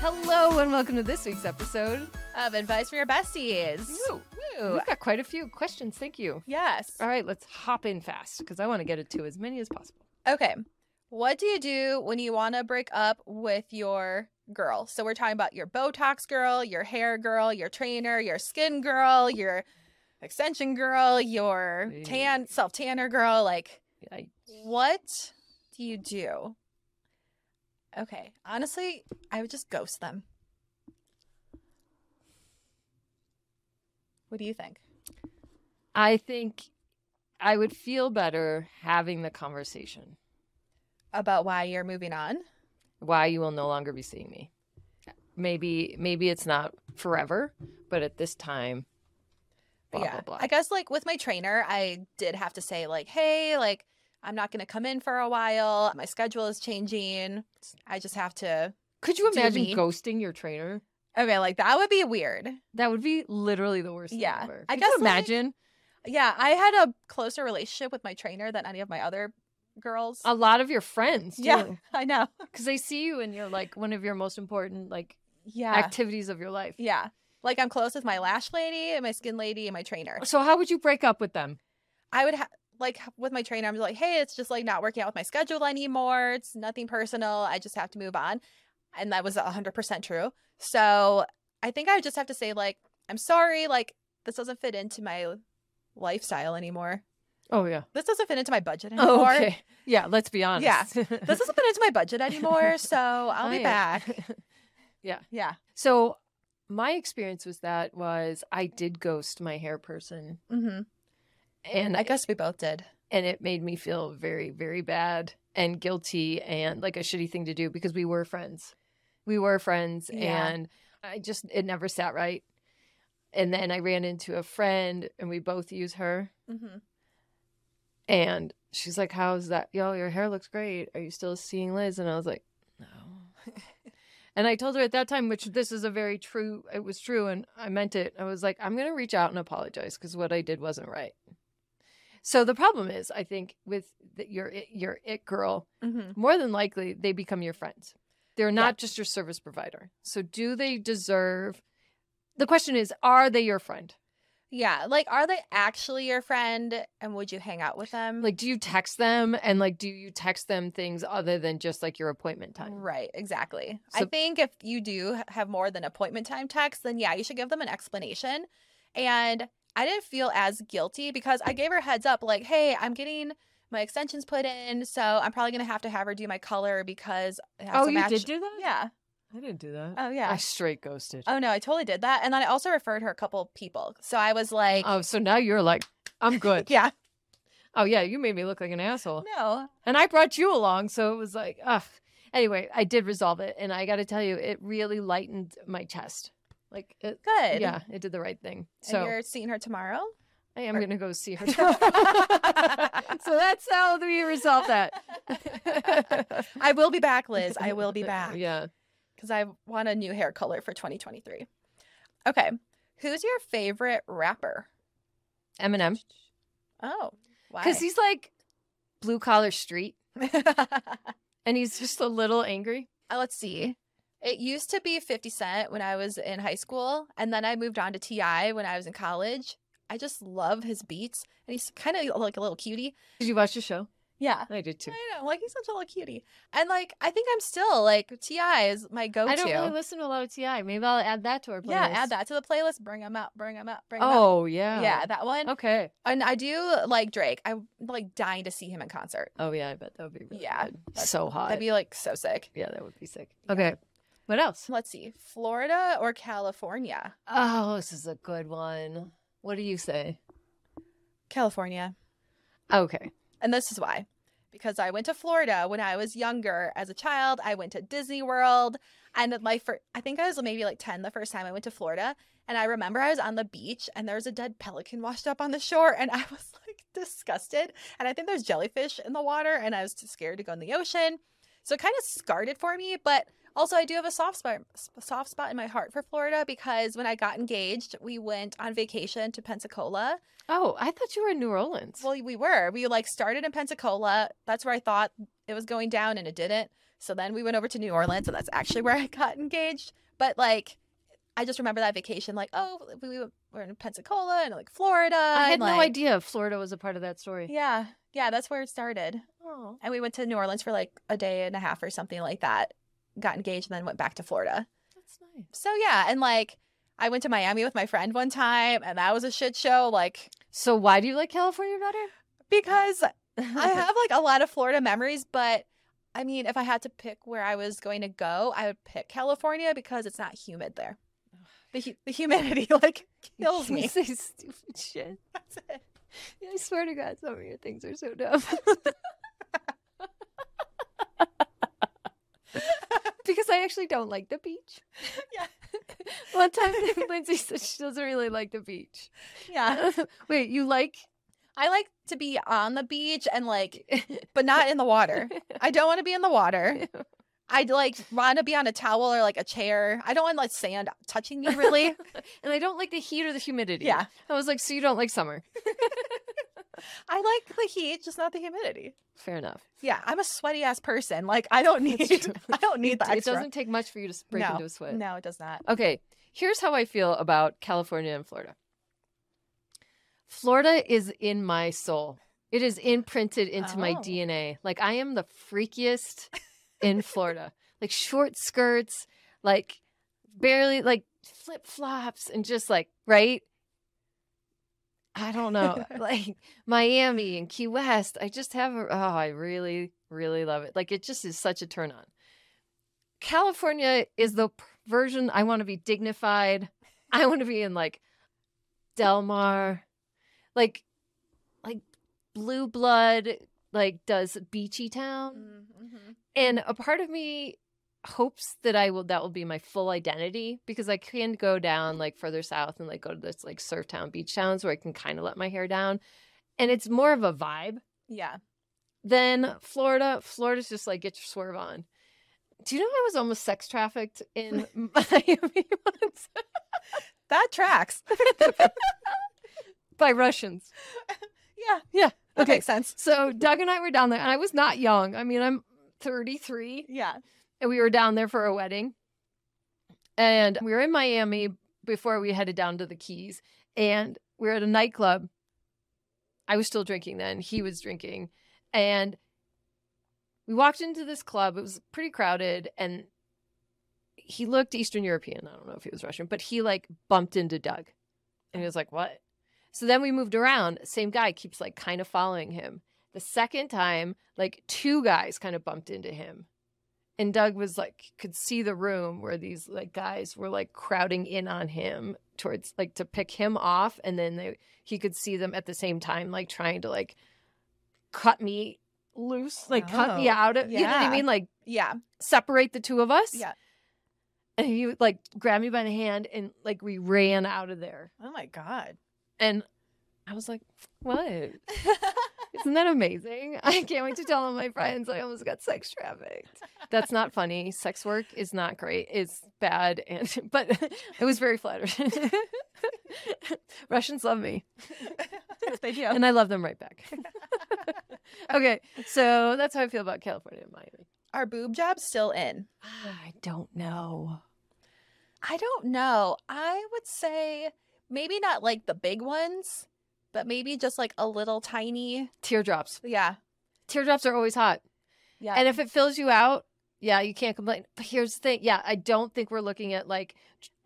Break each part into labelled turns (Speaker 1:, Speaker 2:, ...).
Speaker 1: Hello and welcome to this week's episode.
Speaker 2: of advice for your besties. Woo.
Speaker 1: We've got quite a few questions. Thank you.
Speaker 2: Yes.
Speaker 1: All right, let's hop in fast because I want to get it to as many as possible.
Speaker 2: Okay. What do you do when you want to break up with your girl? So we're talking about your Botox girl, your hair girl, your trainer, your skin girl, your extension girl, your
Speaker 1: Hey.
Speaker 2: tan self tanner girl. Like,
Speaker 1: I-
Speaker 2: what do you do? Okay. Honestly, I would just ghost them. What do you think?
Speaker 1: I think I would feel better having the conversation.
Speaker 2: About why you're moving on?
Speaker 1: Why you will no longer be seeing me. Maybe maybe it's not forever, but at this time, blah blah blah.
Speaker 2: I guess like with my trainer, I did have to say like, "Hey, like I'm not going to come in for a while. My schedule is changing. I just have to."
Speaker 1: Could you
Speaker 2: do
Speaker 1: imagine
Speaker 2: me.
Speaker 1: ghosting your trainer?
Speaker 2: Okay, like that would be weird.
Speaker 1: That would be literally the worst
Speaker 2: Yeah.
Speaker 1: thing ever.
Speaker 2: I
Speaker 1: Could
Speaker 2: guess,
Speaker 1: you
Speaker 2: like-
Speaker 1: imagine
Speaker 2: Yeah, I had a closer relationship with my trainer than any of my other girls.
Speaker 1: a lot of your friends.
Speaker 2: Yeah.
Speaker 1: too.
Speaker 2: I know.
Speaker 1: because they see you and you're like one of your most important like
Speaker 2: Yeah.
Speaker 1: activities of your life.
Speaker 2: yeah. Like I'm close with my lash lady and my skin lady and my trainer.
Speaker 1: So how would you break up with them?
Speaker 2: I would ha- like with my trainer, I'm like, hey, it's just like not working out with my schedule anymore. It's nothing personal. I just have to move on. And that was 100% true. So I think I would just have to say, like, I'm sorry. Like, this doesn't fit into my lifestyle anymore.
Speaker 1: Oh yeah.
Speaker 2: This doesn't fit into my budget anymore.
Speaker 1: Oh, okay. Yeah. Let's be honest.
Speaker 2: Yeah. This doesn't fit into my budget anymore. So I'll be
Speaker 1: I-
Speaker 2: back. Yeah.
Speaker 1: So my experience with that was I did ghost my hair person,
Speaker 2: hmm
Speaker 1: and
Speaker 2: I guess we both did.
Speaker 1: and it made me feel very very bad and guilty and like a shitty thing to do because we were friends. We were friends,
Speaker 2: Yeah.
Speaker 1: and I just it never sat right. And then I ran into a friend, and we both use her.
Speaker 2: Mm-hmm.
Speaker 1: And she's like, How's that? Yo, your hair looks great. Are you still seeing Liz? And I was like, No. and I told her at that time, which this is a very true, it was true. And I meant it. I was like, I'm going to reach out and apologize because what I did wasn't right. So the problem is, I think, with the, your, it- your it girl,
Speaker 2: Mm-hmm.
Speaker 1: more than likely they become your friends. They're not just your service provider. So do they deserve, the question is, are they your friend?
Speaker 2: Yeah. Like, are they actually your friend? And would you hang out with them?
Speaker 1: Like, do you text them? And like, do you text them things other than just like your appointment time?
Speaker 2: Right, exactly. I
Speaker 1: So-
Speaker 2: think if you do h- have more than appointment time text, then yeah, you should give them an explanation. And I didn't feel as guilty because I gave her a heads up like, hey, I'm getting my extensions put in, so I'm probably gonna have to have her do my color because it has
Speaker 1: Oh,
Speaker 2: to
Speaker 1: you
Speaker 2: match-
Speaker 1: did do that?
Speaker 2: Yeah.
Speaker 1: I didn't do that.
Speaker 2: Oh yeah.
Speaker 1: I straight ghosted.
Speaker 2: oh no, I totally did that. And then I also referred her a couple people. So I was like,
Speaker 1: oh, so now you're like, I'm good.
Speaker 2: yeah,
Speaker 1: Oh, yeah, you made me look like an asshole.
Speaker 2: no,
Speaker 1: And I brought you along. So it was like, ugh. Anyway, I did resolve it. And I got to tell you, it really lightened my chest. Like, it,
Speaker 2: good.
Speaker 1: yeah, it did the right thing.
Speaker 2: And
Speaker 1: So
Speaker 2: you're seeing her tomorrow?
Speaker 1: I am
Speaker 2: or-
Speaker 1: going to go see her. so that's how we resolve that.
Speaker 2: I will be back, Liz. I will be back.
Speaker 1: Yeah.
Speaker 2: because I want a new hair color for 2023. Okay, who's your favorite rapper?
Speaker 1: Eminem.
Speaker 2: Oh, why?
Speaker 1: Because he's like blue collar street and he's just a little angry.
Speaker 2: Uh, let's see. It used to be 50 Cent when I was in high school, and then I moved on to Ti when I was in college. I just love his beats, and he's kind of like a little cutie.
Speaker 1: Did you watch the show?
Speaker 2: Yeah.
Speaker 1: I did too.
Speaker 2: I know, like he's such a little cutie, and like I think I'm still like Ti is my go-to.
Speaker 1: I don't really listen to a lot of Ti. Maybe I'll add that to our playlist.
Speaker 2: yeah, add that to the playlist. Bring him out. Bring him out. Bring him out.
Speaker 1: Oh yeah.
Speaker 2: yeah, that one.
Speaker 1: Okay.
Speaker 2: And I do like Drake. I'm like dying to see him in concert.
Speaker 1: Oh yeah. I bet that would be really
Speaker 2: Yeah,
Speaker 1: good.
Speaker 2: that's-
Speaker 1: so hot.
Speaker 2: That'd be like so sick.
Speaker 1: yeah, that would be sick.
Speaker 2: Yeah.
Speaker 1: Okay. What else?
Speaker 2: Let's see, Florida or California?
Speaker 1: Oh, this is a good one. What do you say?
Speaker 2: California.
Speaker 1: Okay.
Speaker 2: And this is why. Because I went to Florida when I was younger as a child. I went to Disney World. And my fir- I think I was maybe like 10 the first time I went to Florida. And I remember I was on the beach and there was a dead pelican washed up on the shore. And I was like disgusted. And I think there's jellyfish in the water. And I was too scared to go in the ocean. So it kind of scarred it for me. But Also, I do have a soft spot soft spot in my heart for Florida because when I got engaged, we went on vacation to Pensacola.
Speaker 1: Oh, I thought you were in New Orleans.
Speaker 2: Well, we were. We like started in Pensacola. That's where I thought it was going down and it didn't. So then we went over to New Orleans and that's actually where I got engaged. But like I just remember that vacation like, oh, we, we were in Pensacola and like Florida.
Speaker 1: I had
Speaker 2: and,
Speaker 1: no
Speaker 2: like-
Speaker 1: idea Florida was a part of that story.
Speaker 2: Yeah. Yeah, that's where it started.
Speaker 1: Oh.
Speaker 2: And we went to New Orleans for like a day and a half or something like that. Got engaged and then went back to Florida.
Speaker 1: That's nice.
Speaker 2: So yeah, and like I went to Miami with my friend one time and that was a shit show like
Speaker 1: So why do you like California better?
Speaker 2: because I have like a lot of Florida memories, but I mean, if I had to pick where I was going to go, I would pick California because it's not humid there. The, hu- the humidity like kills
Speaker 1: You
Speaker 2: me.
Speaker 1: say stupid shit.
Speaker 2: That's it.
Speaker 1: I swear to God, some of your things are so dumb. because I actually don't like the beach.
Speaker 2: Yeah.
Speaker 1: One time, Lindsay said she doesn't really like the beach.
Speaker 2: Yeah.
Speaker 1: Wait, you like?
Speaker 2: I like to be on the beach and like, but not in the water. I don't want to be in the water. I'd like want to be on a towel or like a chair. I don't want like sand touching me really.
Speaker 1: And I don't like the heat or the humidity.
Speaker 2: yeah.
Speaker 1: I was like, so you don't like summer?
Speaker 2: I like the heat, just not the humidity.
Speaker 1: Fair enough.
Speaker 2: Yeah, I'm a sweaty ass person. Like I don't
Speaker 1: That's
Speaker 2: need
Speaker 1: true.
Speaker 2: I don't need
Speaker 1: It,
Speaker 2: the
Speaker 1: it
Speaker 2: extra.
Speaker 1: doesn't take much for you to s- break
Speaker 2: No.
Speaker 1: into a sweat.
Speaker 2: No, it does not.
Speaker 1: Okay, here's how I feel about California and Florida. Florida is in my soul. It is imprinted into my
Speaker 2: Oh.
Speaker 1: DNA. Like I am the freakiest in Florida. Like short skirts, like barely like flip flops and just like, right? I don't know. like Miami and Key West. I just have a, oh, I really, really love it. Like it just is such a turn on. California is the p- version I want to be dignified. I want to be in like Del Mar, like like Blue Blood, like does beachy town. Mm-hmm.
Speaker 2: Mhm.
Speaker 1: And a part of me hopes that I will that will be my full identity because I can go down like further south and like go to this like surf town, beach towns where I can kind of let my hair down. And it's more of a vibe
Speaker 2: Yeah.
Speaker 1: than Florida. Florida's just like get your swerve on. Do you know I was almost sex trafficked in Miami once
Speaker 2: That tracks.
Speaker 1: by Russians?
Speaker 2: Yeah.
Speaker 1: Yeah.
Speaker 2: That
Speaker 1: Okay.
Speaker 2: makes sense.
Speaker 1: So Doug and I were down there, and I was not young. I mean, I'm 33.
Speaker 2: Yeah.
Speaker 1: and we were down there for a wedding. And we were in Miami before we headed down to the Keys, and we were at a nightclub. I was still drinking then, he was drinking. And we walked into this club, it was pretty crowded, and he looked Eastern European. I don't know if he was Russian, but he like bumped into Doug. And he was like, What? So then we moved around. Same guy keeps like kind of following him. The second time, like two guys kind of bumped into him and Doug was like could see the room where these like guys were like crowding in on him towards like to pick him off and then they he could see them at the same time like trying to like cut me loose like cut me
Speaker 2: Oh,
Speaker 1: out of you know what I
Speaker 2: yeah.
Speaker 1: mean like
Speaker 2: Yeah.
Speaker 1: separate the two of us
Speaker 2: Yeah.
Speaker 1: and he would, like grabbed me by the hand and like we ran out of there
Speaker 2: Oh my god.
Speaker 1: and I was like what Isn't that amazing? I can't wait to tell all my friends I almost got sex trafficked. That's not funny. Sex work is not great. It's bad and but I was very flattered. Russians love me
Speaker 2: they do.
Speaker 1: and I love them right back. okay, so that's how I feel about California and Miami.
Speaker 2: Are boob jobs still in?
Speaker 1: Ah, I don't know.
Speaker 2: I don't know. I would say maybe not like the big ones, but maybe just like a little tiny.
Speaker 1: Teardrops.
Speaker 2: Yeah.
Speaker 1: Teardrops are always hot.
Speaker 2: Yeah.
Speaker 1: And if it fills you out, yeah, you can't complain. But here's the thing. Yeah, I don't think we're looking at like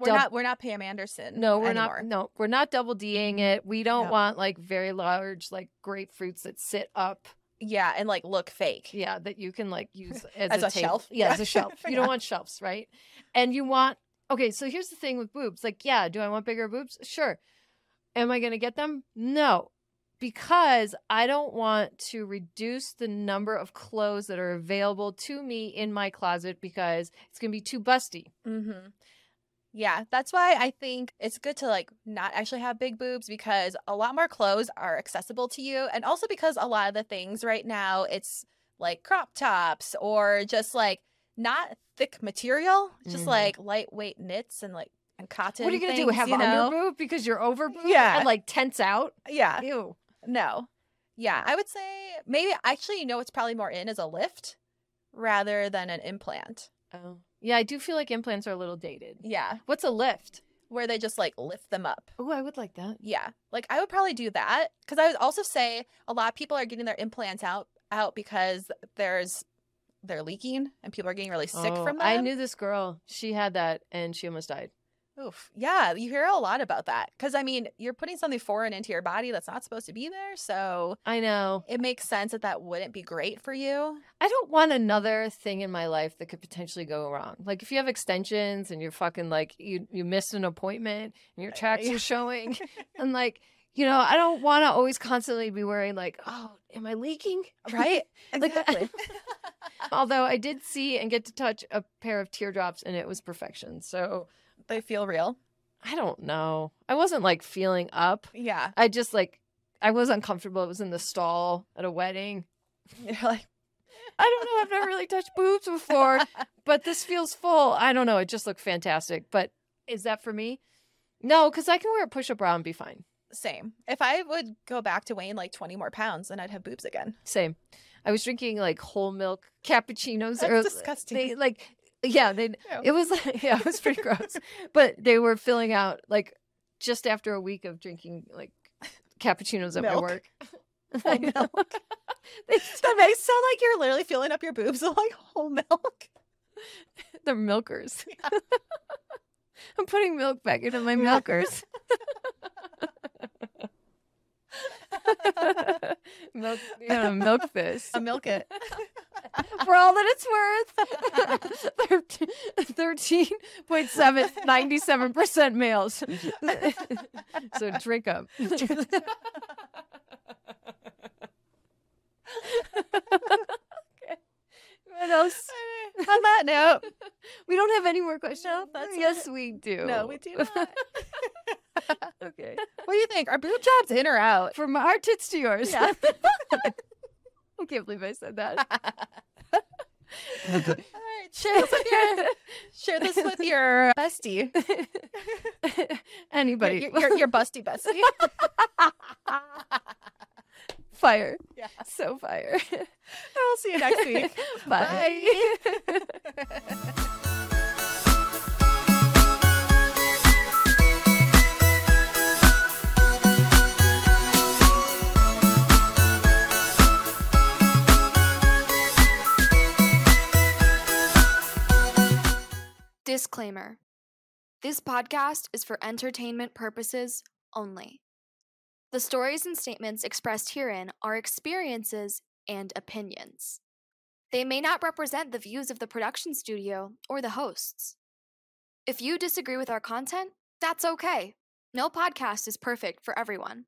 Speaker 2: we're
Speaker 1: dub-
Speaker 2: not we're not Pam Anderson.
Speaker 1: No, we're
Speaker 2: anymore.
Speaker 1: not. No, we're not double D'ing it. We don't
Speaker 2: No.
Speaker 1: want like very large like grapefruits that sit up.
Speaker 2: Yeah, and like look fake.
Speaker 1: Yeah, that you can like use as,
Speaker 2: As a
Speaker 1: table.
Speaker 2: shelf?
Speaker 1: Yeah,
Speaker 2: Yeah.
Speaker 1: as a shelf. You
Speaker 2: Yeah.
Speaker 1: don't want shelves, right? And you want okay. So here's the thing with boobs. Like, yeah, do I want bigger boobs? Sure. Am I going to get them? No, because I don't want to reduce the number of clothes that are available to me in my closet because it's going to be too busty.
Speaker 2: Mm-hmm. Yeah, that's why I think it's good to like not actually have big boobs because a lot more clothes are accessible to you. And also because a lot of the things right now, it's like crop tops or just like not thick material, just
Speaker 1: Mhm.
Speaker 2: like lightweight knits and like and cotton.
Speaker 1: What are you gonna do?
Speaker 2: things,
Speaker 1: Have
Speaker 2: you know?
Speaker 1: underboob because you're overboob?
Speaker 2: Yeah.
Speaker 1: And like tense out?
Speaker 2: Yeah.
Speaker 1: Ew.
Speaker 2: No. Yeah, I would say maybe actually, you know, what's probably more in is a lift rather than an implant.
Speaker 1: Oh. Yeah, I do feel like implants are a little dated.
Speaker 2: Yeah,
Speaker 1: What's a lift?
Speaker 2: where they just like lift them up.
Speaker 1: Oh, I would like that.
Speaker 2: Yeah, like I would probably do that because I would also say a lot of people are getting their implants out out because there's they're leaking and people are getting really sick
Speaker 1: Oh,
Speaker 2: from them.
Speaker 1: I knew this girl. She had that and she almost died.
Speaker 2: Oof. Yeah, you hear a lot about that because I mean you're putting something foreign into your body that's not supposed to be there, so
Speaker 1: I know.
Speaker 2: it makes sense that that wouldn't be great for you.
Speaker 1: I don't want another thing in my life that could potentially go wrong. Like if you have extensions and you're fucking like you you missed an appointment and your tracks
Speaker 2: Uh, yeah.
Speaker 1: are showing and like you know, I don't want to always constantly be worrying like, oh, am I leaking?
Speaker 2: Right?
Speaker 1: Like- Although I did see and get to touch a pair of teardrops and it was perfection. So
Speaker 2: they feel real.
Speaker 1: I don't know. I wasn't like feeling up.
Speaker 2: Yeah.
Speaker 1: I just like I was uncomfortable. It was in the stall at a wedding.
Speaker 2: You're like,
Speaker 1: I don't know. I've never really touched boobs before, but this feels full. I don't know. It just looked fantastic. But is that for me? No, because I can wear a push-up bra and be fine.
Speaker 2: same. If I would go back to weighing like 20 more pounds, then I'd have boobs again.
Speaker 1: Same. I was drinking like whole milk cappuccinos.
Speaker 2: That's
Speaker 1: or,
Speaker 2: disgusting.
Speaker 1: They like, yeah, they.
Speaker 2: Ew.
Speaker 1: It was like, yeah, it was pretty gross. But they were filling out like just after a week of drinking like cappuccinos at my
Speaker 2: Milk.
Speaker 1: work.
Speaker 2: Whole
Speaker 1: I know. they
Speaker 2: that makes it sound like you're literally filling up your boobs with like whole milk.
Speaker 1: They're milkers. I'm putting milk back into my milkers. milk, you know, milk this
Speaker 2: I milk it.
Speaker 1: for all that it's worth. Thirteen point seven ninety seven percent males. so drink up. What else?
Speaker 2: On that note,
Speaker 1: We don't have any more questions.
Speaker 2: No, that's
Speaker 1: yes, we do.
Speaker 2: no, we do not. what
Speaker 1: okay.
Speaker 2: do you think? Are boob jobs in or out?
Speaker 1: From our tits to yours.
Speaker 2: Yeah.
Speaker 1: I can't believe I said that.
Speaker 2: All right, share this with your, share this with your bestie, your,
Speaker 1: Anybody.
Speaker 2: your, your, your busty bestie.
Speaker 1: fire.
Speaker 2: Yeah.
Speaker 1: So fire.
Speaker 2: I'll see you next week.
Speaker 1: Bye.
Speaker 3: Disclaimer This podcast is for entertainment purposes only. The stories and statements expressed herein are experiences and opinions. They may not represent the views of the production studio or the hosts. If you disagree with our content, that's okay. No podcast is perfect for everyone.